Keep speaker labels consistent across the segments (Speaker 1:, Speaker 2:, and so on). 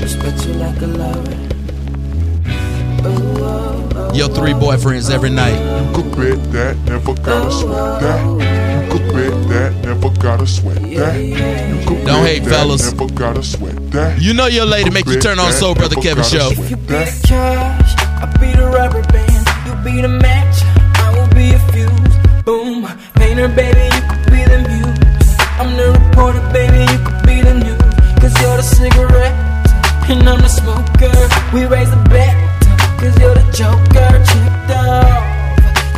Speaker 1: respect you like a lover. Ooh, oh, oh,
Speaker 2: Yo, three boyfriends every night.
Speaker 3: You could bet that, never gotta sweat that. You could bet that, never gotta sweat that. You could
Speaker 2: Don't
Speaker 3: bet
Speaker 2: hate,
Speaker 3: that,
Speaker 2: fellas.
Speaker 3: Never gotta sweat that.
Speaker 2: You know your lady make you turn on Soul Brother Kevin show.
Speaker 1: If you be the cash, I'll be the rubber band. You be the match, I will be a fuse. Boom, painter, baby, you could be the muse. I'm the reporter, baby, you could be the news. Cause you're the cigarette, and I'm the smoker. We raise the bet, cause you're the joker. Checked off,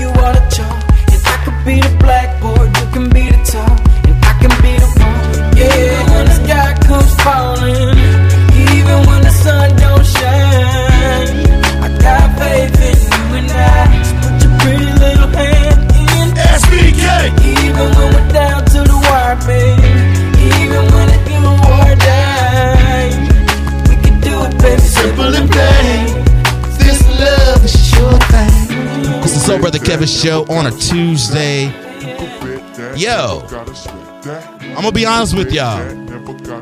Speaker 1: you are the chalk. And I could be the blackboard, you can be the top. And I can be the one, yeah, when the sky comes falling. Even when the sun don't shine, I got faith in you and I. So put your pretty little hand in.
Speaker 2: SBK!
Speaker 1: Even when we're down to the wire, baby. Even when it's do or die, we can do it, baby. Simple and plain.
Speaker 2: This love is your thing. This is Soul Brother Kevin show on a Tuesday. Yo.
Speaker 3: I'm
Speaker 2: I'ma be honest with y'all.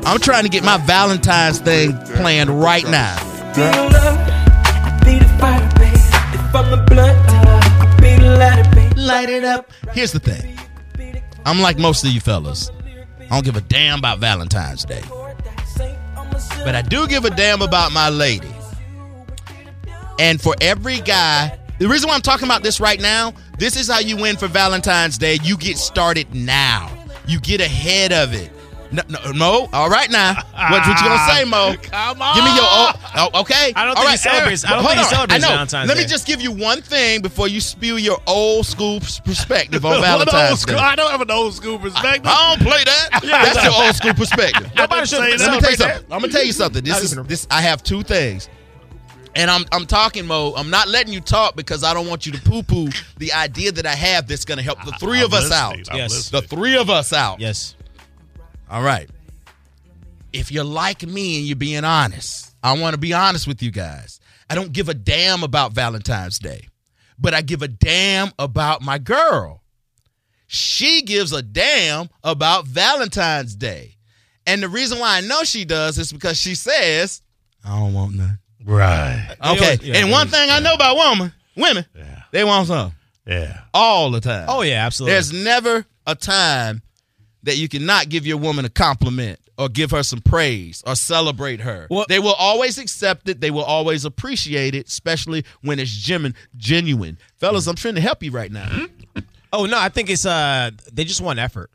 Speaker 2: I'm trying to get my Valentine's thing planned right now.
Speaker 1: Be the love, I be the fire, baby. If I'm the blunt, I be the lighter, baby.
Speaker 2: Light it up. Here's the thing. I'm like most of you fellas. I don't give a damn about Valentine's Day. But I do give a damn about my lady. And for every guy, the reason why I'm talking about this right now, this is how you win for Valentine's Day. You get started now. You get ahead of it. No, no, no. all right now. What, what you gonna say, Mo?
Speaker 4: Come on.
Speaker 2: Give me your oh, oh, okay.
Speaker 4: I don't
Speaker 2: All
Speaker 4: think he
Speaker 2: right,
Speaker 4: celebrates- I don't
Speaker 2: hold
Speaker 4: think he
Speaker 2: on.
Speaker 4: celebrates
Speaker 2: I know.
Speaker 4: Valentine's
Speaker 2: Let me
Speaker 4: Day.
Speaker 2: just give you one thing before you spew your old school perspective on
Speaker 4: What old
Speaker 2: Valentine's Day.
Speaker 4: school, I don't have an old school perspective.
Speaker 2: I don't play that.
Speaker 4: Yeah.
Speaker 2: That's your old school perspective.
Speaker 4: Nobody should
Speaker 2: Let me tell you
Speaker 4: celebrate that.
Speaker 2: something. I'm gonna tell you something. This
Speaker 4: Not
Speaker 2: is
Speaker 4: even a-
Speaker 2: this. I have two things, and I'm I'm talking, Mo. I'm not letting you talk because I don't want you to poo poo the idea that I have that's gonna help the 3
Speaker 4: I'm
Speaker 2: of us out.
Speaker 4: listening. I'm
Speaker 2: Yes.
Speaker 4: listening.
Speaker 2: the three of us out.
Speaker 4: Yes.
Speaker 2: All right. If you're like me and you're being honest, I want to be honest with you guys. I don't give a damn about Valentine's Day, but I give a damn about my girl. She gives a damn about Valentine's Day. And the reason why I know she does is because she says, I don't want none.
Speaker 4: Right.
Speaker 2: Okay.
Speaker 4: Yeah,
Speaker 2: and one thing I know about women, women,
Speaker 4: Yeah.
Speaker 2: they want some
Speaker 4: Yeah.
Speaker 2: all the time.
Speaker 4: Oh yeah, absolutely.
Speaker 2: There's never a time that you cannot give your woman a compliment or give her some praise or celebrate her.
Speaker 4: Well-
Speaker 2: they will always accept it. They will always appreciate it, especially when it's genuine. Genuine, fellas, I'm trying to help you right
Speaker 5: Hmm?
Speaker 2: now.
Speaker 4: oh no, I think it's uh they just want effort.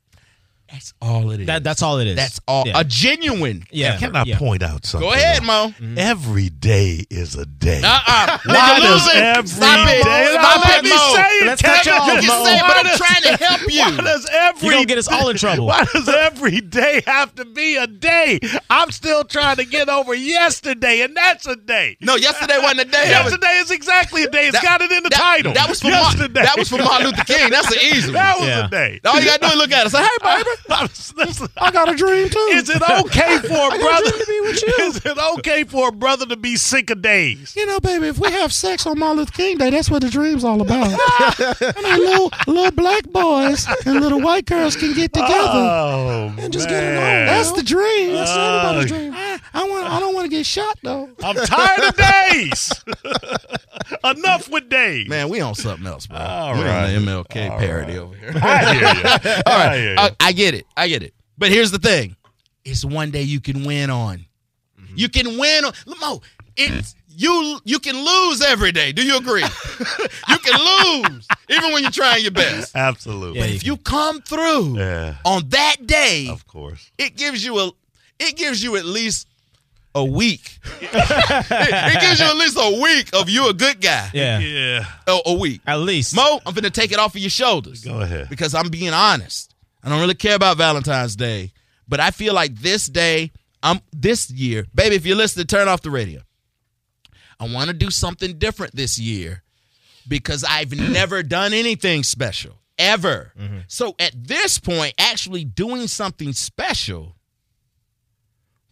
Speaker 2: That's all it is.
Speaker 4: That that's all it is.
Speaker 2: That's all.
Speaker 4: Yeah.
Speaker 2: A genuine.
Speaker 4: yeah.
Speaker 5: Can I
Speaker 4: yeah.
Speaker 5: point out something?
Speaker 2: Go ahead, Mm-hmm. Mo.
Speaker 5: Every day is a day.
Speaker 2: Uh-uh.
Speaker 5: Mm-hmm. Why
Speaker 2: Nigga,
Speaker 5: does
Speaker 2: losing.
Speaker 5: every
Speaker 2: Stop it.
Speaker 5: day-
Speaker 2: Stop
Speaker 5: Let
Speaker 2: it,
Speaker 5: me
Speaker 2: Mo.
Speaker 5: say it,
Speaker 4: Let's cut
Speaker 5: Kevin.
Speaker 4: y'all
Speaker 2: You can
Speaker 4: Mo.
Speaker 2: say it, but
Speaker 5: Why
Speaker 2: I'm
Speaker 5: does-
Speaker 2: trying to help you.
Speaker 5: Why does every
Speaker 4: You gonna get us all in trouble.
Speaker 5: Why does every day have to be a day? I'm still trying to get over yesterday, and that's a day.
Speaker 2: No, yesterday wasn't a day. That was-
Speaker 5: yesterday is exactly a day. It's
Speaker 2: that-
Speaker 5: got it in the
Speaker 2: that-
Speaker 5: title.
Speaker 2: That was for Martin.
Speaker 5: yesterday.
Speaker 2: That was for Martin Luther King. That's an easy one.
Speaker 5: That was
Speaker 4: Yeah.
Speaker 5: a day.
Speaker 2: All you gotta do is look at us. Say, hey, baby.
Speaker 5: I was- listen,
Speaker 2: I got a dream too.
Speaker 5: Is it okay for a brother
Speaker 2: to be with you.
Speaker 5: Is it okay for a brother to be sick of days?
Speaker 2: you know, baby, if we have sex on Martin Luther King Day, that's what the dream's all about. I mean, little little black boys and little white girls can get together.
Speaker 5: Oh,
Speaker 2: and just get it on.
Speaker 5: man.
Speaker 2: That's the dream. That's everybody's
Speaker 5: Oh.
Speaker 2: dream. I, I want. I don't want to get shot though.
Speaker 5: I'm tired of days. Enough with days.
Speaker 2: Man, we on something else, bro.
Speaker 5: All
Speaker 2: we
Speaker 5: right.
Speaker 2: on the MLK parody over here.
Speaker 5: I hear you.
Speaker 2: All
Speaker 5: I hear
Speaker 2: right, Uh,
Speaker 5: you.
Speaker 2: I, I get it. I get it. But here's the thing: it's one day you can win on.
Speaker 5: Mm-hmm.
Speaker 2: You can win on. Mo, it's you. You can lose every day. Do you agree? you can lose even when you're trying your best.
Speaker 5: Absolutely.
Speaker 4: Yeah,
Speaker 2: But
Speaker 4: you
Speaker 2: if you come through
Speaker 5: Yeah,
Speaker 2: on that day,
Speaker 5: of course.
Speaker 2: it gives you a. It gives you at least a week. it, it gives you at least a week of you a good guy.
Speaker 4: Yeah.
Speaker 5: Yeah.
Speaker 2: Oh, a week.
Speaker 4: At least.
Speaker 2: Mo, I'm gonna take it off of your shoulders.
Speaker 5: Go ahead.
Speaker 2: Because I'm being honest. I don't really care about Valentine's Day, but I feel like this day, I'm this year, baby. If you're listening, turn off the radio. I want to do something different this year because I've never done anything special ever.
Speaker 5: Mm-hmm.
Speaker 2: So at this point, actually doing something special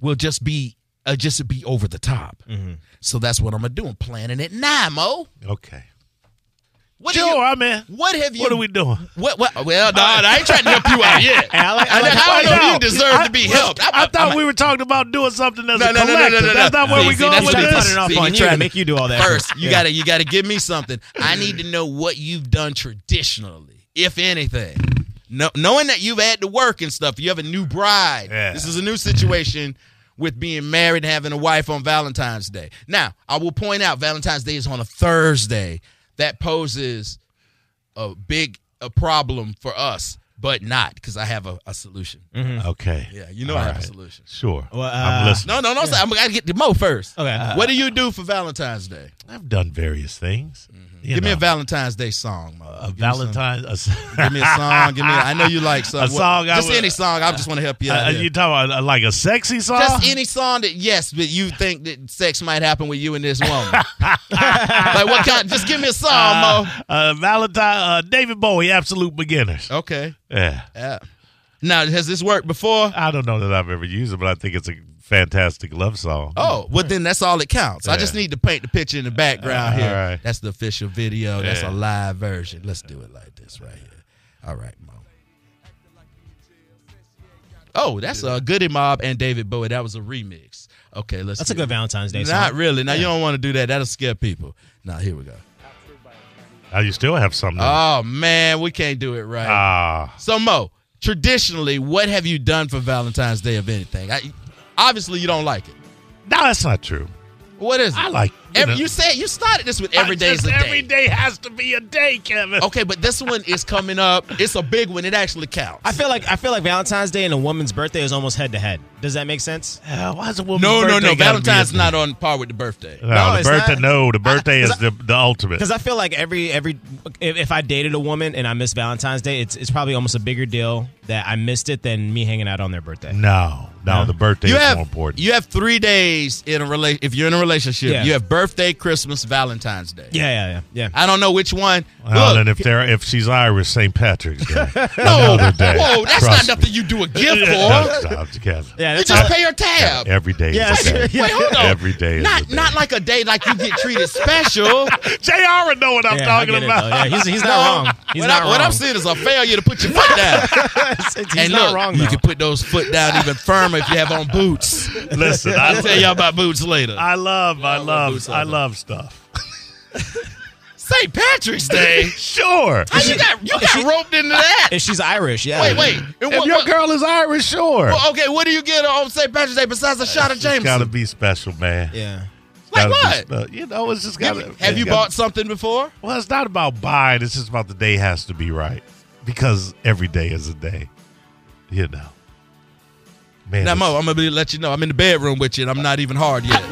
Speaker 2: will just be uh, just be
Speaker 5: Mm-hmm.
Speaker 2: over the top. So that's what I'm gonna do. I'm planning it now, Mo.
Speaker 5: Okay.
Speaker 2: What do
Speaker 5: Sure,
Speaker 2: you-
Speaker 5: I'm in.
Speaker 2: What have you?
Speaker 5: What are we doing?
Speaker 2: What? what well, no, I ain't trying to help you out yet.
Speaker 4: I like- I
Speaker 2: I,
Speaker 4: like-
Speaker 2: don't know if you
Speaker 5: No,
Speaker 2: deserve
Speaker 5: I-
Speaker 2: to be helped.
Speaker 5: I, thought we were talking about doing something as
Speaker 2: No, no,
Speaker 5: a
Speaker 2: no, no,
Speaker 5: collective.
Speaker 2: no, no,
Speaker 5: That's
Speaker 2: no.
Speaker 5: not where
Speaker 2: See,
Speaker 5: we
Speaker 2: see,
Speaker 5: going
Speaker 2: that's
Speaker 5: with
Speaker 2: what
Speaker 4: trying
Speaker 2: I'm
Speaker 4: to
Speaker 5: this.
Speaker 4: put it off
Speaker 2: See,
Speaker 4: on
Speaker 2: you
Speaker 4: you
Speaker 2: tryna-
Speaker 4: and make you do all that
Speaker 2: First, you
Speaker 4: Yeah.
Speaker 2: gotta you gotta give me something. I need to know what you've done traditionally, if anything. No, knowing that you've had to work and stuff, you have a new bride.
Speaker 5: Yeah.
Speaker 2: This is a new situation with being married and having a wife on Valentine's Day. Now, I will point out Valentine's Day is on a Thursday. That poses a big a problem for us, but not because I have a, a solution.
Speaker 5: Okay.
Speaker 2: Yeah, you know I
Speaker 5: Mm-hmm. All
Speaker 2: have a
Speaker 5: right.
Speaker 2: solution.
Speaker 5: Sure.
Speaker 4: Well,
Speaker 5: I'm
Speaker 4: uh,
Speaker 5: listening.
Speaker 2: No, no, no. I'm gonna get to Mo first.
Speaker 4: Okay, uh,
Speaker 2: what do you do for Valentine's Day?
Speaker 5: I've done various things. You
Speaker 2: Mm-hmm. Give me a
Speaker 5: know,
Speaker 2: Valentine's Day song, Mo.
Speaker 5: a
Speaker 2: Give me some-
Speaker 5: Valentine. A, s-
Speaker 2: Give me a song. Give me. A, I know you like some.
Speaker 5: A song I
Speaker 2: Just
Speaker 5: would-
Speaker 2: any song. I just want to help you
Speaker 5: Uh,
Speaker 2: out. here.
Speaker 5: you Uh. talking about uh, like a sexy song?
Speaker 2: just any song that yes, but you think that sex might happen with you and this woman. like what kind? Just give me a song,
Speaker 5: uh, uh, Valentine. Uh, David Bowie, Absolute Beginners.
Speaker 2: Mo. Okay.
Speaker 5: Yeah.
Speaker 2: Yeah. Now has this worked before?
Speaker 5: I don't know that I've ever used it, but I think it's a fantastic love song.
Speaker 2: Oh, well then that's all it counts. I just
Speaker 5: Yeah.
Speaker 2: need to paint the picture in the background
Speaker 5: Uh,
Speaker 2: here.
Speaker 5: all right.
Speaker 2: That's the official video. That's
Speaker 5: Yeah.
Speaker 2: a live version. Let's do it like this right here. All right, Mo. Oh, that's a uh, Goody Mob and David Bowie. That was a remix. Okay, let's.
Speaker 4: That's a
Speaker 2: hear
Speaker 4: good
Speaker 2: it.
Speaker 4: Valentine's Day
Speaker 2: Not
Speaker 4: song.
Speaker 2: really. Now you don't want to do that. That'll scare people. Now here we go.
Speaker 5: Now you still have something.
Speaker 2: Oh man, we can't do it right.
Speaker 5: Ah,
Speaker 2: So Mo, traditionally, what have you done for Valentine's Day of anything? I, obviously, you don't like it.
Speaker 5: no, that's not true.
Speaker 2: What is it?
Speaker 5: I like.
Speaker 2: You, Every,
Speaker 5: know,
Speaker 2: you said you started this with every
Speaker 5: I
Speaker 2: day Oh. is
Speaker 5: just-
Speaker 2: a
Speaker 5: Every
Speaker 2: day.
Speaker 5: day has to be a day, Kevin.
Speaker 2: Okay, but this one is coming up. It's a big one. It actually counts.
Speaker 4: I feel like I feel like Valentine's Day and a woman's birthday is alman's head to head. Does that make sense?
Speaker 5: Uh, why is a woman's
Speaker 2: no, no,
Speaker 5: birthday
Speaker 2: no.
Speaker 5: gotta be
Speaker 2: Valentine's
Speaker 5: a-
Speaker 2: not on par with the birthday.
Speaker 5: No,
Speaker 4: No,
Speaker 5: the
Speaker 4: it's
Speaker 5: birthday.
Speaker 4: not.
Speaker 5: No, the birthday is
Speaker 4: I-
Speaker 5: the the ultimate.
Speaker 4: Because I feel like every every if, if I dated a woman and I missed Valentine's Day, it's it's probably almost a bigger deal that I missed it than me hanging out on their birthday.
Speaker 5: No, no, the birthday
Speaker 2: You
Speaker 5: is
Speaker 2: have
Speaker 5: more important.
Speaker 2: you have three days in a rela- If you're in a relationship,
Speaker 4: Yeah.
Speaker 2: you have birthday, Christmas, Valentine's Day.
Speaker 4: Yeah, yeah, yeah, yeah.
Speaker 2: I don't know which one.
Speaker 5: well,
Speaker 2: Look,
Speaker 5: and if they're if she's Irish, St. Patrick's Day.
Speaker 2: no,
Speaker 5: another day.
Speaker 2: whoa, that's
Speaker 5: Trust
Speaker 2: not
Speaker 5: me.
Speaker 2: nothing you do a gift for.
Speaker 5: No, stop, Kevin.
Speaker 4: Yeah,
Speaker 2: you
Speaker 4: that's
Speaker 2: just pay your tab.
Speaker 5: Every day.
Speaker 4: Yeah,
Speaker 5: is a
Speaker 4: that's-
Speaker 5: day.
Speaker 2: Wait, hold on.
Speaker 5: Every day is
Speaker 2: Not
Speaker 5: a day.
Speaker 2: not like a day like you get treated special.
Speaker 5: Jr. know what I'm
Speaker 4: Yeah, I
Speaker 5: talking
Speaker 4: get it,
Speaker 5: about.
Speaker 4: though. Yeah, he's, he's
Speaker 2: No.
Speaker 4: not wrong. He's
Speaker 2: what,
Speaker 4: not
Speaker 2: I,
Speaker 4: wrong.
Speaker 2: what I'm seeing is a failure to put your foot down.
Speaker 4: It's- it's- he's
Speaker 2: and
Speaker 4: not
Speaker 2: look,
Speaker 4: wrong.
Speaker 2: you
Speaker 4: though.
Speaker 2: can put those foot down even firmer if you have on boots.
Speaker 5: Listen,
Speaker 2: I'll
Speaker 5: I,
Speaker 2: tell y'all about boots later.
Speaker 5: I love, I
Speaker 2: love boots
Speaker 5: love,
Speaker 2: like
Speaker 5: I
Speaker 2: that.
Speaker 5: love stuff.
Speaker 2: St. Patrick's Day.
Speaker 5: Sure.
Speaker 2: How you got you got roped into that?
Speaker 4: If she's Irish, yeah.
Speaker 2: Wait, wait. And
Speaker 5: If
Speaker 2: what-
Speaker 5: your
Speaker 2: what-
Speaker 5: girl is Irish, sure.
Speaker 2: well, okay, what do you get on St. Patrick's Day besides a shot of
Speaker 5: It's gotta
Speaker 2: Jameson?
Speaker 5: be special, man.
Speaker 4: Yeah.
Speaker 5: It's
Speaker 2: Like
Speaker 5: gotta be
Speaker 2: what?
Speaker 5: spe- you know, it's just
Speaker 2: Give
Speaker 5: gotta.
Speaker 2: me- Have
Speaker 5: it's
Speaker 2: you
Speaker 5: gotta-
Speaker 2: bought something before?
Speaker 5: Well, it's not about buying. It's just about the day has to be right because every day is a day. You know. Man,
Speaker 2: Now,
Speaker 5: it's-
Speaker 2: Mo, I'm gonna be, let you know. I'm in the bedroom with you, and I'm not even hard yet.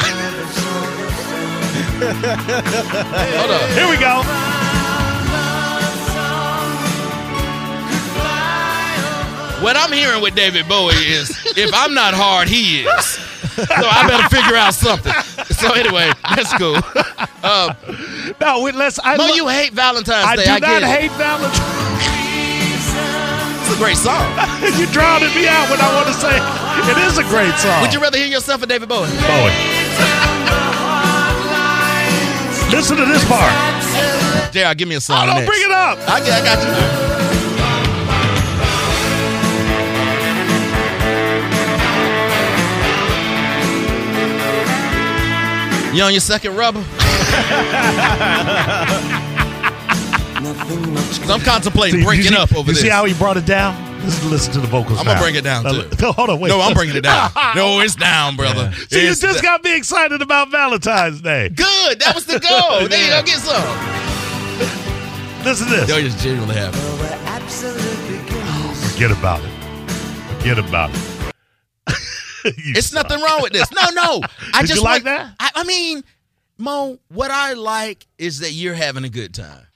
Speaker 2: Hold on.
Speaker 5: here we go.
Speaker 2: What I'm hearing with David Bowie is, if I'm not hard, he is. So I better figure out something. So anyway, that's cool. Um,
Speaker 5: No, wait, let's. I,
Speaker 2: Mo,
Speaker 5: lo-
Speaker 2: you hate Valentine's
Speaker 5: I
Speaker 2: Day.
Speaker 5: do
Speaker 2: I get
Speaker 5: not
Speaker 2: it.
Speaker 5: hate Valentine's.
Speaker 2: It's a great song.
Speaker 5: you drowning me out when I want to say it is a great song.
Speaker 2: Would you rather hear yourself or David Bowie?
Speaker 5: Bowie? Listen to this part.
Speaker 2: JR, give me a song.
Speaker 5: Oh, don't
Speaker 2: next.
Speaker 5: bring it up.
Speaker 2: I got, I got you. You on your second rubber? I'm contemplating
Speaker 5: See,
Speaker 2: breaking
Speaker 5: you see,
Speaker 2: up over
Speaker 5: you
Speaker 2: this.
Speaker 5: see how he brought it down? Listen, listen to the vocals.
Speaker 2: I'm gonna
Speaker 5: now.
Speaker 2: bring it down,
Speaker 5: Now,
Speaker 2: too.
Speaker 5: No, hold on, wait.
Speaker 2: no, I'm bringing it down. No, it's down, brother.
Speaker 5: See, you
Speaker 2: It's
Speaker 5: just
Speaker 2: down.
Speaker 5: got me excited about Valentine's Day.
Speaker 2: good. That was the goal. There you
Speaker 5: Yeah.
Speaker 2: go. Get some.
Speaker 5: Listen to this.
Speaker 2: Yo, just genuinely happy.
Speaker 5: Forget about it. Forget about it. You
Speaker 2: It's
Speaker 5: suck.
Speaker 2: nothing wrong with this. No, no. I
Speaker 5: Did
Speaker 2: just
Speaker 5: you like
Speaker 2: want-
Speaker 5: that?
Speaker 2: I, I mean, Mo, what I like is that you're having a good time.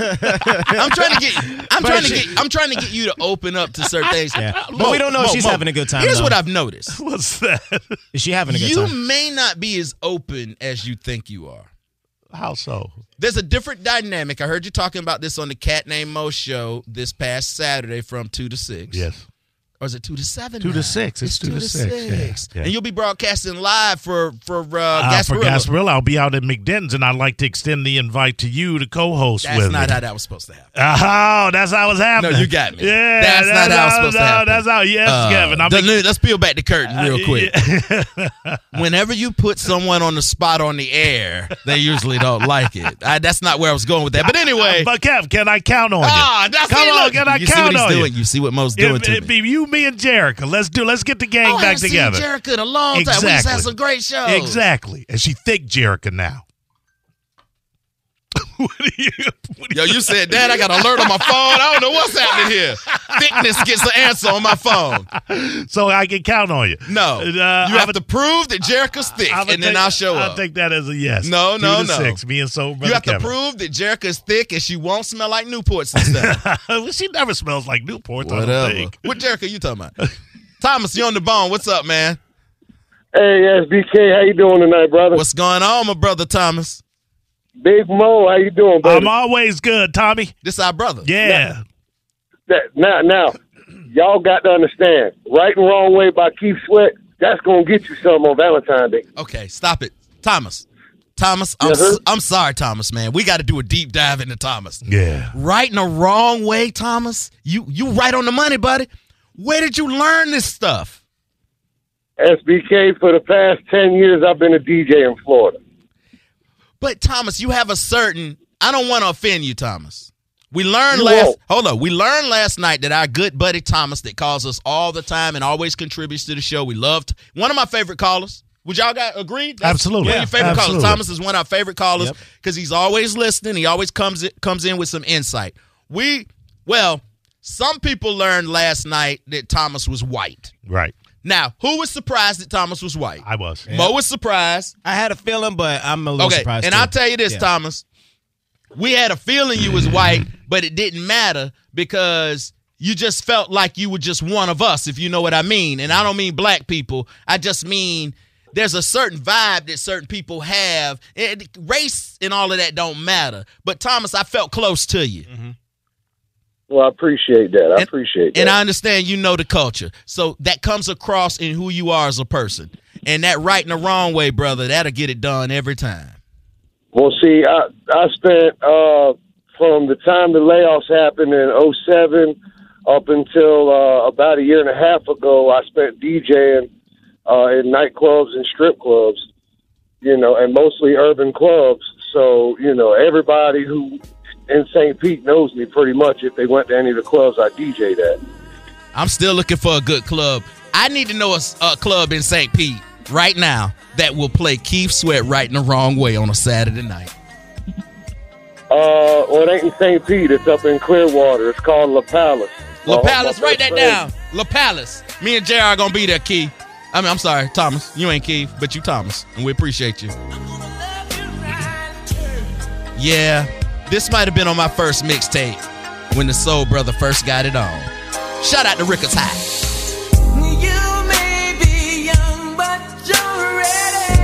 Speaker 2: I'm trying to get. I'm trying to get. I'm trying to get you to open up to certain things.
Speaker 4: Yeah. But we don't know if she's having a good time,
Speaker 2: Here's
Speaker 4: though.
Speaker 2: what I've noticed:
Speaker 5: What's that?
Speaker 4: Is she having a good
Speaker 2: you
Speaker 4: time?
Speaker 2: may not be as open as you think you are.
Speaker 5: How so?
Speaker 2: There's a different dynamic. I heard you talking about this on the Cat Named Mo show this past Saturday from two to six.
Speaker 5: Yes.
Speaker 2: or is it two to seven?
Speaker 5: Two to
Speaker 2: now?
Speaker 5: six. It's two to six. Yeah, yeah.
Speaker 2: And you'll be broadcasting live for for uh,
Speaker 5: Uh,
Speaker 2: Gasparilla.
Speaker 5: for Gasparilla, I'll be out at McDenton's, and I'd like to extend the invite to you to co-host
Speaker 2: That's
Speaker 5: with
Speaker 2: not
Speaker 5: me.
Speaker 2: how that was supposed to happen.
Speaker 5: Oh, that's how it's happening.
Speaker 2: No, you got me.
Speaker 5: Yeah,
Speaker 2: that's, not how it's supposed to
Speaker 5: no,
Speaker 2: happen.
Speaker 5: That's how. Yes,
Speaker 2: Uh,
Speaker 5: Kevin. I'm Uh,
Speaker 2: the- let's peel back the curtain real quick. Whenever you put someone on the spot on the air, they usually don't like it. I, that's not where I was going with that. But anyway,
Speaker 5: but Kev, can I count on you?
Speaker 2: ah, that's
Speaker 5: Come
Speaker 2: see,
Speaker 5: on,
Speaker 2: look,
Speaker 5: can I
Speaker 2: you see
Speaker 5: count
Speaker 2: what he's
Speaker 5: on you?
Speaker 2: doing? You see what Mo's doing
Speaker 5: it,
Speaker 2: to
Speaker 5: it
Speaker 2: me.
Speaker 5: be you, me, and Jerica. Let's do. Let's get the gang
Speaker 2: Oh, I
Speaker 5: back
Speaker 2: haven't
Speaker 5: together.
Speaker 2: Seen Jerica in a long time. We used to have
Speaker 5: Exactly.
Speaker 2: some great shows.
Speaker 5: Exactly. And she thick Jerica now. what do you? What do
Speaker 2: Yo, you said that. I got an alert on my phone. I don't know what's happening here. Thickness gets the answer on my phone.
Speaker 5: you- so I can count on you.
Speaker 2: No.
Speaker 5: Uh,
Speaker 2: you
Speaker 5: I'm
Speaker 2: have
Speaker 5: a-
Speaker 2: to prove that Jerica's thick,
Speaker 5: I'm a
Speaker 2: and then
Speaker 5: take-
Speaker 2: I'll show
Speaker 5: I'll
Speaker 2: up.
Speaker 5: take that as a yes.
Speaker 2: No,
Speaker 5: Two
Speaker 2: no,
Speaker 5: to
Speaker 2: no.
Speaker 5: Six. Me and so
Speaker 2: you have to
Speaker 5: Kevin.
Speaker 2: prove that Jerica's thick and she won't smell like Newports and stuff.
Speaker 5: Well, she never smells like Newport. I don't
Speaker 2: Whatever.
Speaker 5: think.
Speaker 2: What Jerica you talking about? Thomas, you on the bone. What's up, man?
Speaker 6: Hey, SBK, how you doing tonight, brother?
Speaker 2: What's going on, my brother Thomas?
Speaker 6: Big Mo, how you doing, brother?
Speaker 5: I'm always good, Tommy.
Speaker 2: This our brother.
Speaker 5: Yeah.
Speaker 6: That- now, now, y'all got to understand, right and wrong way by Keith Sweat. That's gonna get you some on Valentine's Day.
Speaker 2: Okay, stop it. Thomas. Thomas, I'm,
Speaker 6: Yes, sir.
Speaker 2: s- I'm sorry, Thomas, man. We got to do a deep dive into Thomas.
Speaker 5: Yeah.
Speaker 2: right in the wrong way, Thomas. You you right on the money, buddy. Where did you learn this stuff?
Speaker 6: SBK, for the past ten years, I've been a DJ in Florida.
Speaker 2: But Thomas, you have a certain. I don't want to offend you, Thomas. We learned
Speaker 6: You
Speaker 2: last.
Speaker 6: won't.
Speaker 2: Hold on. We learned last night that our good buddy Thomas, that calls us all the time and always contributes to the show. We loved one of my favorite callers. Would y'all got agree? That's
Speaker 5: Absolutely.
Speaker 2: One of your favorite
Speaker 5: Absolutely.
Speaker 2: callers. Thomas is one of our favorite callers because he's always listening. He always comes comes in with some insight. We well, some people learned last night that Thomas was white.
Speaker 5: Right.
Speaker 2: Now, who was surprised that Thomas was white?
Speaker 5: I was.
Speaker 2: Mo was surprised.
Speaker 4: I had a feeling, but I'm a little
Speaker 2: Okay,
Speaker 4: surprised.
Speaker 2: and
Speaker 4: too.
Speaker 2: I'll tell you this,
Speaker 4: Yeah.
Speaker 2: Thomas. We had a feeling you was white, but it didn't matter because you just felt like you were just one of us, if you know what I mean. And I don't mean black people. I just mean there's a certain vibe that certain people have. It, race and all of that don't matter. But Thomas, I felt close to you.
Speaker 4: Mm-hmm.
Speaker 6: Well, I appreciate that. I
Speaker 2: And-
Speaker 6: appreciate that.
Speaker 2: And I understand you know the culture. So that comes across in who you are as a person. And that right and the wrong way, brother, that'll get it done every time.
Speaker 6: Well, see, I I spent uh, from the time the layoffs happened in '07 up until uh, about a year and a half ago. I spent DJing uh, in nightclubs and strip clubs, you know, and mostly urban clubs. So you know, everybody who in St. Pete knows me pretty much if they went to any of the clubs I DJed at.
Speaker 2: I'm still looking for a good club. I need to know a, s- a club in St. Pete right now that will play Keith Sweat right in the wrong way on a Saturday night.
Speaker 6: Uh, well, it ain't in St. Pete. It's up in Clearwater. It's called La Palace.
Speaker 2: La
Speaker 6: My- my
Speaker 2: Palace, write
Speaker 6: best
Speaker 2: that
Speaker 6: friend-
Speaker 2: down. La Palace. Me and JR are going to be there, Keith. I mean, I'm sorry, Thomas. You ain't Keith, but you Thomas, and we appreciate you. Yeah, this might have been on my first mixtape when the Soul Brother first got it on. Shout out to Rickers High.
Speaker 1: You may be young, but you're ready.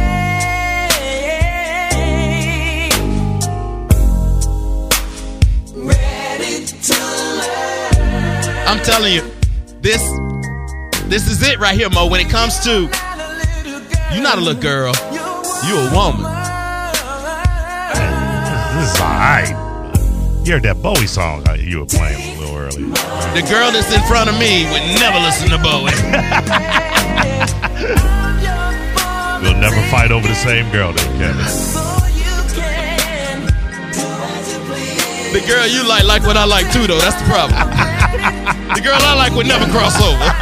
Speaker 1: Ready to learn.
Speaker 2: I'm telling you, this this is it right here, Mo. When it comes to
Speaker 1: Not a little girl.
Speaker 2: you, not a little girl.
Speaker 1: You
Speaker 2: You a woman.
Speaker 5: This is all right. You heard that Bowie song uh, you were playing a little earlier.
Speaker 2: The girl that's in front of me would never listen to Bowie.
Speaker 5: We'll never fight over the same girl, then, Kevin.
Speaker 2: The girl you like like what I like too, though. That's the problem. the girl I like would never cross over.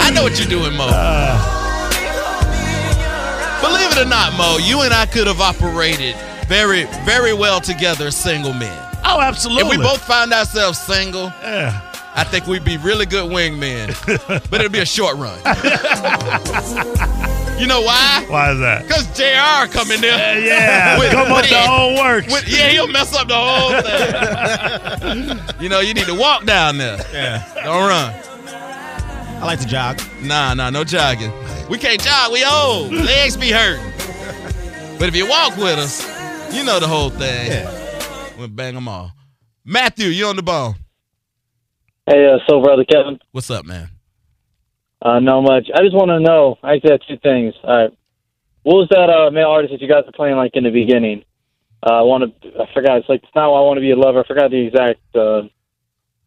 Speaker 2: I know what you're doing, Mo. Believe it or not, Mo, you and I could have operated very, very well together as single men.
Speaker 5: Oh, absolutely.
Speaker 2: If we both found ourselves single,
Speaker 5: Yeah.
Speaker 2: I think we'd be really good wingmen, but it'd be a short run. you know why?
Speaker 5: Why is that?
Speaker 2: Because JR come in there.
Speaker 5: Yeah,
Speaker 2: With-
Speaker 5: come
Speaker 2: with
Speaker 5: up the
Speaker 2: it.
Speaker 5: whole works.
Speaker 2: With- yeah, he'll mess up the whole thing. you know, you need to walk down there.
Speaker 4: Yeah.
Speaker 2: Don't run.
Speaker 4: I like to jog.
Speaker 2: Nah, nah, no jogging. We can't jog. We old. Legs be hurting. But if you walk with us, you know the whole thing. We'll bang them all. Matthew, you on the ball.
Speaker 7: Hey, uh, so brother Kevin,
Speaker 2: What's up, man?
Speaker 7: uh, not much. I just want to know. I actually have two things. All right, what was that uh, male artist that you guys were playing like in the beginning? Uh, I want to. I forgot. It's like it's not. I want to be a lover. I forgot the exact. Uh,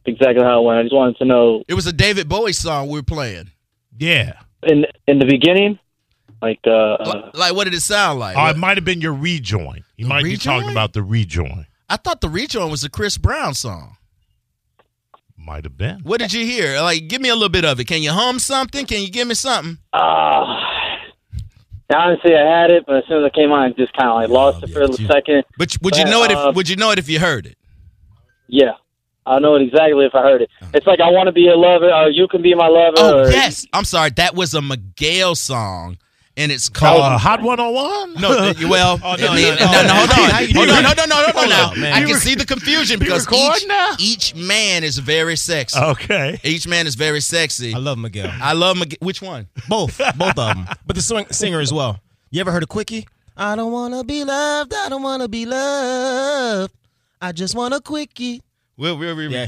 Speaker 7: exactly how it went. I just wanted to know
Speaker 2: It was a David Bowie song we were playing.
Speaker 5: Yeah.
Speaker 7: in in the beginning, like uh,
Speaker 2: Like,
Speaker 7: uh,
Speaker 2: like, what did it sound like?
Speaker 5: Oh, it might have been your rejoin. You
Speaker 2: The
Speaker 5: might be
Speaker 2: rejoin?
Speaker 5: talking about the rejoin.
Speaker 2: I thought the rejoin was a Chris Brown song.
Speaker 5: Might have been.
Speaker 2: What did you hear? Like, give me a little bit of it. Can you hum something? Can you give me something?
Speaker 7: ah. honestly, I had it, but as soon as I came on, I just kind of like lost it for a
Speaker 2: but you-
Speaker 7: second.
Speaker 2: But you- would you
Speaker 7: Well,
Speaker 2: know it?
Speaker 7: uh,
Speaker 2: If, would you know it if you heard it?
Speaker 7: Yeah. I know it exactly if I heard it. It's like I want to be a lover, or you can be my lover.
Speaker 4: uh,
Speaker 2: Oh
Speaker 7: or,
Speaker 2: yes. I'm sorry. That was a Miguel song, and it's
Speaker 5: Oh,
Speaker 2: called.
Speaker 5: uh, Hot 101?
Speaker 2: no, th- well,
Speaker 4: Oh, no,
Speaker 2: I mean, no, no,
Speaker 4: no, no,
Speaker 2: hold
Speaker 4: no,
Speaker 2: on,
Speaker 4: how you
Speaker 2: hold
Speaker 4: doing?
Speaker 2: on, no, no, no, no, no,
Speaker 4: Hold
Speaker 2: no.
Speaker 4: up, man.
Speaker 2: I
Speaker 4: You
Speaker 2: can
Speaker 4: rec-
Speaker 2: see the confusion because
Speaker 5: recording
Speaker 2: each,
Speaker 5: now?
Speaker 2: each man is very sexy.
Speaker 5: Okay.
Speaker 2: Each man is very sexy.
Speaker 4: Uh-huh. I love Miguel.
Speaker 2: I love Miguel. Which one?
Speaker 4: Both, both of them. But the swing, singer as well. You ever heard of Quickie? I don't wanna be loved. I don't wanna be loved. I just want a quickie.
Speaker 2: We'll, we'll, we'll
Speaker 4: Yeah.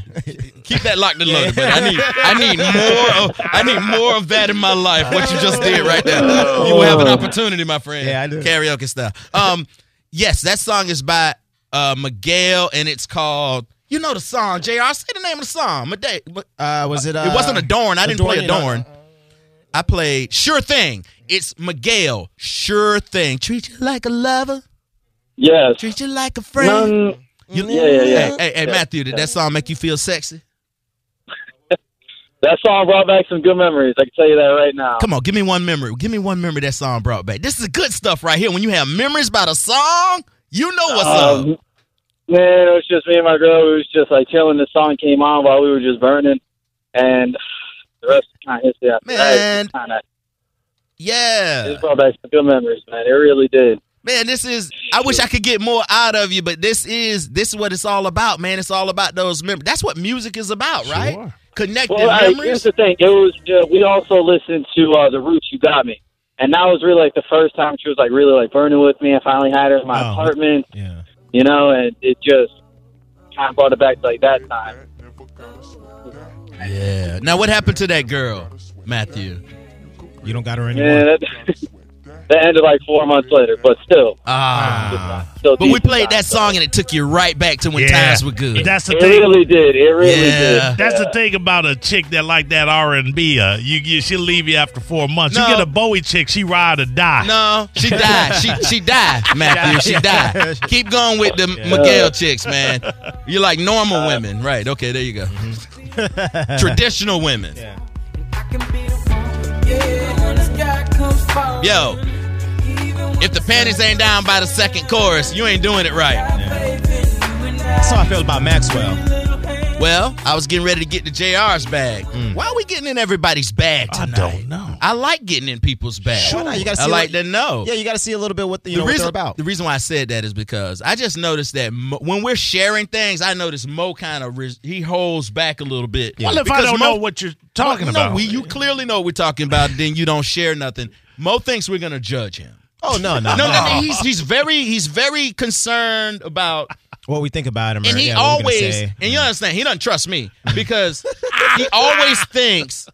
Speaker 2: keep that locked and loaded. But I need, I need more of, I need more of that in my life. What you just did right there. You will have an opportunity, my friend.
Speaker 4: Oh. Yeah, I do.
Speaker 2: Karaoke style. Um, yes, that song is by uh, Miguel, and it's called. You know the song, Jr. Say the name of the song. Made-
Speaker 4: Uh, was it? Uh,
Speaker 2: it wasn't Adorn. I didn't
Speaker 4: Adorn,
Speaker 2: play
Speaker 4: you know,
Speaker 2: Adorn. I played Sure Thing. It's Miguel. Sure Thing. Treat you like a lover.
Speaker 7: Yes.
Speaker 2: Treat you like a friend.
Speaker 7: None,
Speaker 2: You-
Speaker 7: Yeah, yeah,
Speaker 2: Hey,
Speaker 7: yeah.
Speaker 2: hey, hey, Matthew, did that song make you feel sexy?
Speaker 7: that song brought back some good memories. I can tell you that right now.
Speaker 2: Come on, give me one memory. Give me one memory that song brought back. This is good stuff right here. When you have memories about a song, you know what's up.
Speaker 7: Um, man, it was just me and my girl. We was just like chilling. The song came on while we were just burning, and the rest kind of history after
Speaker 2: Man.
Speaker 7: that. It Kind of,
Speaker 2: Yeah.
Speaker 7: it brought back some good memories, man. It really did.
Speaker 2: Man, this is I wish I could get more out of you, but this is this is what it's all about, man. It's all about those memories. That's what music is about, right?
Speaker 5: Sure.
Speaker 2: Connecting
Speaker 7: Well, I, here's
Speaker 2: memories.
Speaker 7: the thing. It was uh, we also listened to uh, the Roots. You got me, and that was really like the first time she was like really like burning with me. I finally had her in my
Speaker 4: Oh.
Speaker 7: apartment,
Speaker 4: Yeah.
Speaker 7: you know, and it just kind of brought it back to, like that time.
Speaker 3: Never gotta sweat that.
Speaker 2: yeah. Now what happened to that girl, Matthew?
Speaker 4: You don't got her anymore.
Speaker 7: Yeah, that, that ended like four months later, but still,
Speaker 2: Ah.
Speaker 7: still.
Speaker 2: But we
Speaker 7: decent
Speaker 2: played that
Speaker 7: time.
Speaker 2: song and it took you right back to when times were good.
Speaker 5: That's the
Speaker 7: It
Speaker 5: thing.
Speaker 7: really did. It really
Speaker 2: Yeah.
Speaker 7: did.
Speaker 5: That's the thing about a chick that like that R and B. Uh, you, you she'll leave you after four months.
Speaker 2: No.
Speaker 5: You get a Bowie chick, she ride or die.
Speaker 2: No, she died. She she died, Matthew. She died. Keep going with the Miguel chicks, man. You're like
Speaker 5: Uh,
Speaker 2: normal women, right? Okay, there you go.
Speaker 5: mm-hmm.
Speaker 2: Traditional women.
Speaker 1: I can be the one. Yeah, when the sky comes falling.
Speaker 2: Yo, if the panties ain't down by the second chorus, you ain't doing it right.
Speaker 4: That's how I feel about Maxwell.
Speaker 2: Well, I was getting ready to get to JR's bag. Why are we getting in everybody's bag
Speaker 5: Mm. I
Speaker 2: tonight?
Speaker 5: don't know.
Speaker 2: I like getting in people's bags.
Speaker 4: Sure, you gotta
Speaker 2: I
Speaker 4: see
Speaker 2: like to
Speaker 4: what-
Speaker 2: know.
Speaker 4: Yeah, you got to see a little bit what the, you know
Speaker 2: reason,
Speaker 4: what they're about.
Speaker 2: the reason why I said that is because I just noticed that Mo, when we're sharing things, I notice Mo kind of res, he holds back a little bit.
Speaker 5: Well, if I
Speaker 2: Because
Speaker 5: don't
Speaker 2: Mo-
Speaker 5: know what you're talking
Speaker 2: no,
Speaker 5: about,
Speaker 2: we, you clearly know what we're talking about. then you don't share nothing. Mo thinks we're gonna judge him.
Speaker 4: Oh no, no,
Speaker 2: No, no, he's he's very he's very concerned about,
Speaker 4: What we think about him, or,
Speaker 2: and he
Speaker 4: yeah, what we're gonna
Speaker 2: always
Speaker 4: say.
Speaker 2: and you understand he doesn't trust me because he always thinks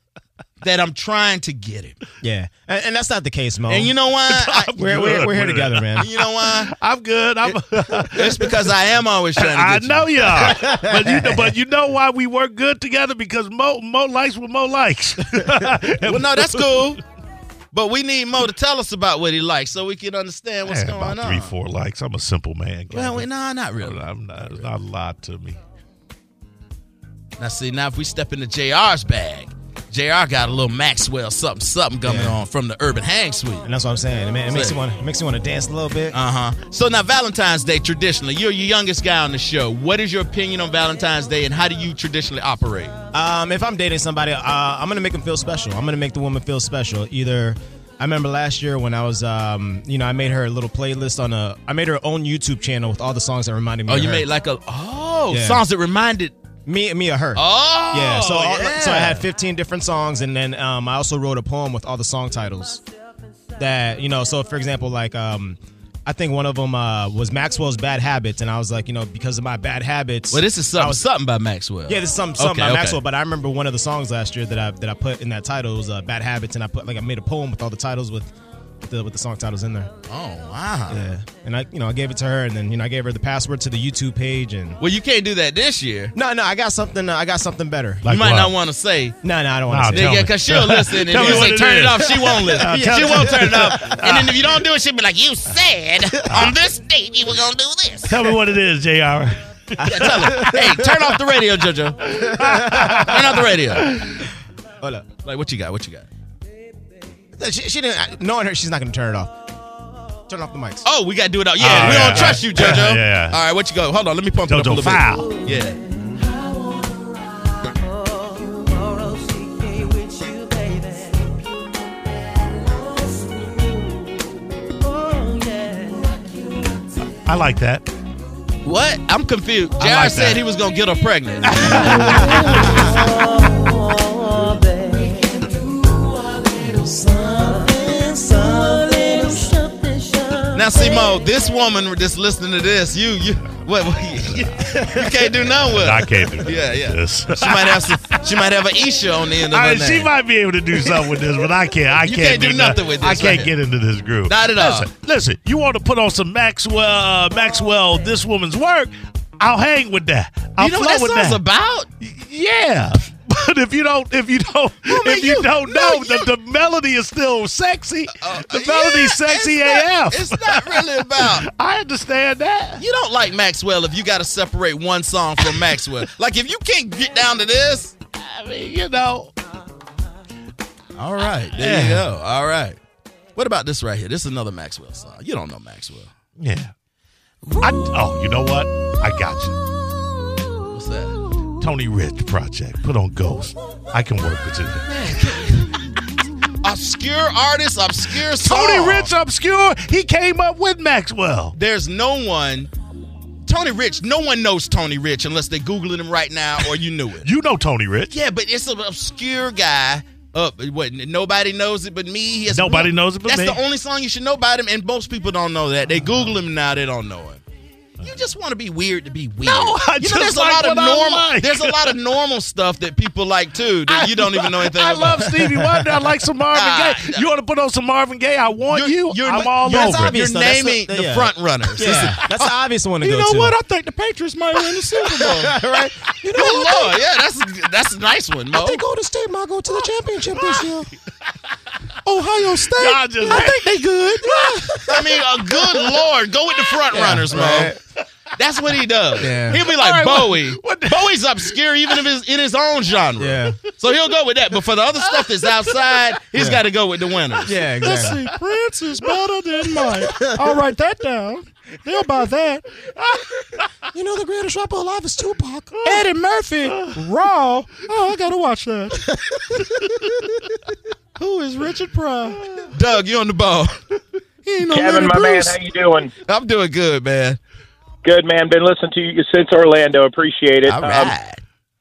Speaker 2: that I'm trying to get him.
Speaker 4: yeah, and, and that's not the case, Mo.
Speaker 2: And you know why? I-
Speaker 4: we're, we're, we're here
Speaker 5: Good.
Speaker 4: together, man.
Speaker 2: you know why?
Speaker 5: I'm good. I'm,
Speaker 2: It's because I am always trying to get
Speaker 5: I
Speaker 2: you.
Speaker 5: know you are, but you know, but you know why we work good together because Mo Mo likes what Mo likes.
Speaker 2: Well, no, that's cool. But we need Mo to tell us about what he likes so we can understand what's
Speaker 5: I had
Speaker 2: going
Speaker 5: about
Speaker 2: on.
Speaker 5: three four likes. I'm a simple man.
Speaker 2: Well,
Speaker 5: Gavin.
Speaker 2: we, nah, not really.
Speaker 5: I'm not, it's not a lot to me.
Speaker 2: Now, see, now if we step into JR's bag, JR got a little Maxwell something something coming
Speaker 4: Yeah.
Speaker 2: on from the Urban Hang Suite.
Speaker 4: And that's what I'm saying. It, ma- it makes
Speaker 2: Say.
Speaker 4: you want it makes you want to dance a little bit.
Speaker 2: Uh huh. So now, Valentine's Day, traditionally, you're your youngest guy on the show. What is your opinion on Valentine's Day and how do you traditionally operate?
Speaker 4: Um, if I'm dating somebody, uh, I'm gonna make them feel special. I'm gonna make the woman feel special. Either I remember last year when I was, um, you know, I made her a little playlist on a, I made her own YouTube channel with all the songs that reminded me.
Speaker 2: Oh,
Speaker 4: of
Speaker 2: you
Speaker 4: her.
Speaker 2: made like a, oh,
Speaker 4: Yeah.
Speaker 2: songs that reminded,
Speaker 4: me, me or her.
Speaker 2: oh.
Speaker 4: yeah. So, all-
Speaker 2: yeah.
Speaker 4: so I had 15 different songs, and then um, I also wrote a poem with all the song titles. That you know, so for example, like um, I think one of them uh, was Maxwell's Bad Habits, and I was like, you know, because of my bad habits.
Speaker 2: Well, this is
Speaker 4: I
Speaker 2: something,
Speaker 4: was-
Speaker 2: something by Maxwell.
Speaker 4: yeah, this is something, something
Speaker 2: Okay,
Speaker 4: by
Speaker 2: okay.
Speaker 4: Maxwell, but I remember one of the songs last year that I that I put in that title was uh, "Bad Habits," and I put like I made a poem with all the titles with the with the song titles in there.
Speaker 2: Oh wow.
Speaker 4: Yeah, and I you know I gave it to her, and then you know I gave her the password to the YouTube page, and
Speaker 2: Well, you can't do that this year.
Speaker 4: no, no, I got something, uh, I got something better.
Speaker 5: Like
Speaker 2: you might
Speaker 5: what?
Speaker 2: not want to say.
Speaker 4: No, no, I don't want
Speaker 5: Nah,
Speaker 4: to say.
Speaker 5: tell
Speaker 4: it.
Speaker 5: me.
Speaker 2: Yeah, because she'll listen and
Speaker 5: Tell
Speaker 2: if you
Speaker 5: me
Speaker 2: say
Speaker 5: what it
Speaker 2: turn it
Speaker 5: is."
Speaker 2: off, she won't listen.
Speaker 5: tell
Speaker 2: she
Speaker 5: me.
Speaker 2: won't turn it off. And then if you don't do it, she'll be like, you said on this date you were going to do this.
Speaker 5: Tell me what it is, Jr.
Speaker 2: Yeah, tell her, hey, turn off the radio, JoJo. turn off the radio.
Speaker 4: Hold up.
Speaker 2: Like, what you got? What you got?
Speaker 4: She, she didn't. I- Knowing her, she's not gonna turn it off. Turn off the mics.
Speaker 2: Oh, we got to do it all. Yeah,
Speaker 5: Oh,
Speaker 2: we
Speaker 5: yeah,
Speaker 2: don't trust
Speaker 5: yeah.
Speaker 2: you, JoJo.
Speaker 5: Yeah, yeah.
Speaker 2: All right, what you go? Hold on, let me pump it up a
Speaker 5: JoJo
Speaker 2: little
Speaker 5: foul.
Speaker 2: bit. Yeah.
Speaker 5: I like that.
Speaker 2: What? I'm confused. JR
Speaker 5: like
Speaker 2: said
Speaker 5: that.
Speaker 2: he was going to get her pregnant. Now, see, Mo, this woman just listening to this, you, you, what, what- you, can't do nothing with.
Speaker 5: I
Speaker 2: her.
Speaker 5: can't do that.
Speaker 2: Yeah, yeah.
Speaker 5: This.
Speaker 2: She might have some, she might have an Isha on the end of her
Speaker 5: I mean, she
Speaker 2: name.
Speaker 5: might be able to do something with this, but I can't. I
Speaker 2: You
Speaker 5: can't,
Speaker 2: can't do nothing with this
Speaker 5: I can't
Speaker 2: right
Speaker 5: get into this groove.
Speaker 2: Not at all.
Speaker 5: listen, Listen, you want to put on some Maxwell, uh, Maxwell, this woman's work? I'll hang with that. I'll
Speaker 2: you know
Speaker 5: flow
Speaker 2: what
Speaker 5: with
Speaker 2: that song's about?
Speaker 5: that. yeah. But if you don't, if you don't,
Speaker 2: man,
Speaker 5: if you,
Speaker 2: you-
Speaker 5: don't
Speaker 2: no,
Speaker 5: know,
Speaker 2: you-
Speaker 5: the, the melody is still sexy.
Speaker 2: Uh,
Speaker 5: the
Speaker 2: yeah,
Speaker 5: melody's
Speaker 2: it's
Speaker 5: sexy
Speaker 2: not-
Speaker 5: AF.
Speaker 2: It's not really about.
Speaker 5: I understand that.
Speaker 2: You don't like Maxwell if you got to separate one song from Maxwell. Like if you can't get down to this,
Speaker 5: I mean, you know,
Speaker 2: all right, there you go. All right. What about this right here? This is another Maxwell song. You don't know Maxwell.
Speaker 5: yeah. I, oh, you know what? I got you.
Speaker 2: What's that?
Speaker 5: Tony Rich project. Put on Ghost. I can work with you.
Speaker 2: Obscure artist, obscure song.
Speaker 5: Tony Rich obscure. He came up with Maxwell.
Speaker 2: There's no one. Tony Rich. No one knows Tony Rich unless they're googling him right now or you knew it.
Speaker 5: You know Tony Rich.
Speaker 2: yeah, but it's an obscure guy. Up, what? Nobody knows it but me. He has
Speaker 5: Nobody knows it but
Speaker 2: That's
Speaker 5: me.
Speaker 2: the only song you should know about him, and most people don't know that. They Google him now, they don't know him. You just want to be weird to be weird.
Speaker 5: No, I
Speaker 2: you know,
Speaker 5: just
Speaker 2: there's
Speaker 5: like
Speaker 2: a lot of
Speaker 5: what I
Speaker 2: normal.
Speaker 5: like.
Speaker 2: There's a lot of normal stuff that people like too that you don't even know anything.
Speaker 5: I
Speaker 2: about.
Speaker 5: love Stevie Wonder. I like some Marvin
Speaker 2: Ah,
Speaker 5: Gaye. You want to put on some Marvin Gaye? I want you. I'm all
Speaker 2: you're,
Speaker 5: over. it.
Speaker 4: obvious,
Speaker 2: You're
Speaker 4: though. That's
Speaker 2: naming
Speaker 4: what-
Speaker 2: the
Speaker 4: yeah.
Speaker 2: front runners.
Speaker 4: Yeah, that's the obvious one to
Speaker 2: You
Speaker 4: go
Speaker 2: know
Speaker 4: to.
Speaker 2: what? I think the Patriots might win the Super Bowl. right? You know Lord, Oh, yeah, that's that's a nice one, Mo.
Speaker 4: Golden State might go to the championship this year. Ohio State.
Speaker 5: Y'all just- I think
Speaker 4: they good.
Speaker 2: I mean, a good Lord, go with the front runners, Mo.
Speaker 4: right.
Speaker 2: That's what he does.
Speaker 4: Yeah.
Speaker 2: He'll be like
Speaker 5: All right,
Speaker 2: Bowie.
Speaker 5: what- what the-
Speaker 2: Bowie's obscure, even if it's in his own genre.
Speaker 4: Yeah.
Speaker 2: So he'll go with that. But for the other stuff that's outside, he's got to go with the winners.
Speaker 4: Yeah, exactly.
Speaker 5: Prince is better than Mike. I'll write that down. They'll buy that.
Speaker 4: You know the greatest rapper alive is Tupac.
Speaker 5: Eddie Murphy, Raw. Oh, I gotta watch that. Who is Richard Pryor?
Speaker 2: Doug, you on the ball.
Speaker 5: He ain't no
Speaker 8: Kevin, my man, how you doing?
Speaker 2: I'm doing good, man.
Speaker 8: Good, man. Been listening to you since Orlando. Appreciate it.
Speaker 2: All
Speaker 8: Um,
Speaker 2: right.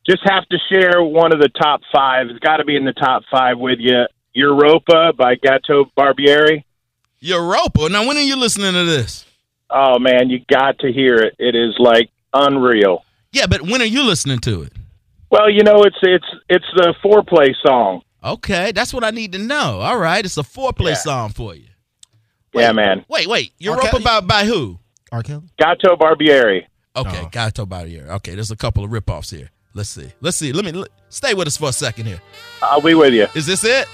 Speaker 8: just have to share one of the top five. It's got to be in the top five with you. Europa by Gato Barbieri.
Speaker 2: Europa. Now, when are you listening to this?
Speaker 8: Oh man, you got to hear it. It is like unreal.
Speaker 2: Yeah, but when are you listening to it?
Speaker 8: Well, you know, it's it's it's the foreplay song.
Speaker 2: Okay, that's what I need to know. All right, it's a foreplay song for you.
Speaker 8: Yeah, man.
Speaker 2: Wait, wait. Europa
Speaker 4: Kelly.
Speaker 2: by, by who?
Speaker 4: R. Kelly.
Speaker 8: Gato Barbieri.
Speaker 2: Okay, Gato about here. Okay, there's a couple of ripoffs here. Let's see. Let's see. Let me let- stay with us for a second here.
Speaker 8: I'll be with you.
Speaker 2: Is this it?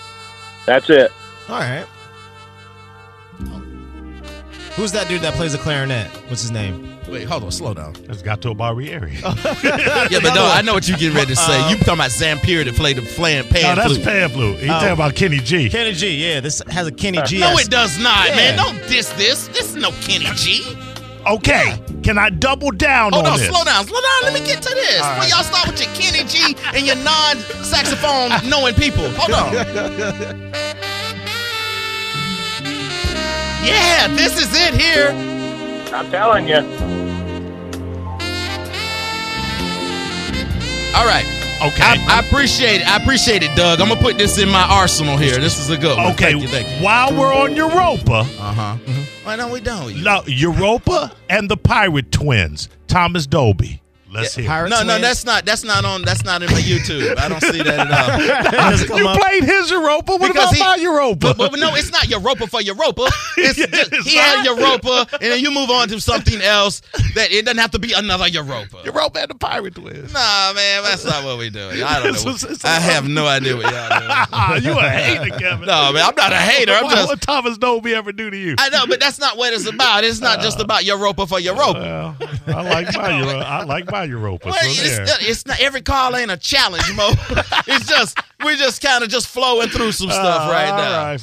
Speaker 8: That's it.
Speaker 4: All right. Who's that dude that plays the clarinet? What's his name?
Speaker 2: Wait, hold on. Slow down.
Speaker 5: It's got to a barriere.
Speaker 2: Oh, Yeah, but no, I know what you getting ready to say. you talking about Zampier that played the flaying
Speaker 5: No,
Speaker 2: pan
Speaker 5: that's
Speaker 2: flute.
Speaker 5: Pan Flute. He
Speaker 2: Oh.
Speaker 5: talking about Kenny G.
Speaker 4: Kenny G. Yeah, this has a Kenny G.
Speaker 2: No, it does not,
Speaker 4: Yeah.
Speaker 2: man. Don't diss this. This is no Kenny G.
Speaker 5: Okay, can I double down
Speaker 2: Hold
Speaker 5: on
Speaker 2: on,
Speaker 5: this?
Speaker 2: slow down, slow down. Let me get to this.
Speaker 4: All
Speaker 2: Before
Speaker 4: right.
Speaker 2: y'all start with your Kenny G and your non-saxophone knowing people. Hold on. yeah, this is it here.
Speaker 8: I'm telling you.
Speaker 2: All right.
Speaker 5: Okay.
Speaker 2: I, I appreciate it. I appreciate it, Doug. I'm gonna put this in my arsenal here. This is a good one.
Speaker 5: okay.
Speaker 2: Thank you. Thank you.
Speaker 5: While we're on Europa,
Speaker 2: Uh huh. Why don't we done with you?
Speaker 5: No, Europa and the Pirate Twins. Thomas Dolby. Let's hear. it.
Speaker 4: Pirate
Speaker 2: No, no,
Speaker 4: Twins?
Speaker 2: that's not that's not on that's not in my YouTube. I don't see that at all.
Speaker 4: It doesn't come
Speaker 5: You
Speaker 4: up.
Speaker 5: played his Europa. What
Speaker 2: Because
Speaker 5: about
Speaker 2: he-
Speaker 5: my Europa?
Speaker 2: But, but no, it's not Europa for Europa. It's
Speaker 5: Yeah,
Speaker 2: just,
Speaker 5: it's
Speaker 2: he had
Speaker 5: not.
Speaker 2: Europa, and then you move on to something else. That it doesn't have to be another Europa.
Speaker 5: Europa and the Pirate Twins.
Speaker 2: Nah, man, that's not what we doing. I don't
Speaker 5: This
Speaker 2: know.
Speaker 5: was- this was-
Speaker 2: I have no idea what y'all doing.
Speaker 5: Ah, you a hater, Kevin.
Speaker 2: No, man, I'm not a hater. I'm
Speaker 5: What
Speaker 2: just.
Speaker 5: would Thomas Dolby ever do to you?
Speaker 2: I know, but that's not what it's about. It's
Speaker 5: Uh,
Speaker 2: not just about Europa for Europa.
Speaker 5: Well, I like my Euro- I like my Europa.
Speaker 2: Well,
Speaker 5: so
Speaker 2: it's,
Speaker 5: there.
Speaker 2: it's not every call ain't a challenge, Mo. it's just we just kind of just flowing through some stuff
Speaker 5: Uh,
Speaker 2: right now.
Speaker 5: all right,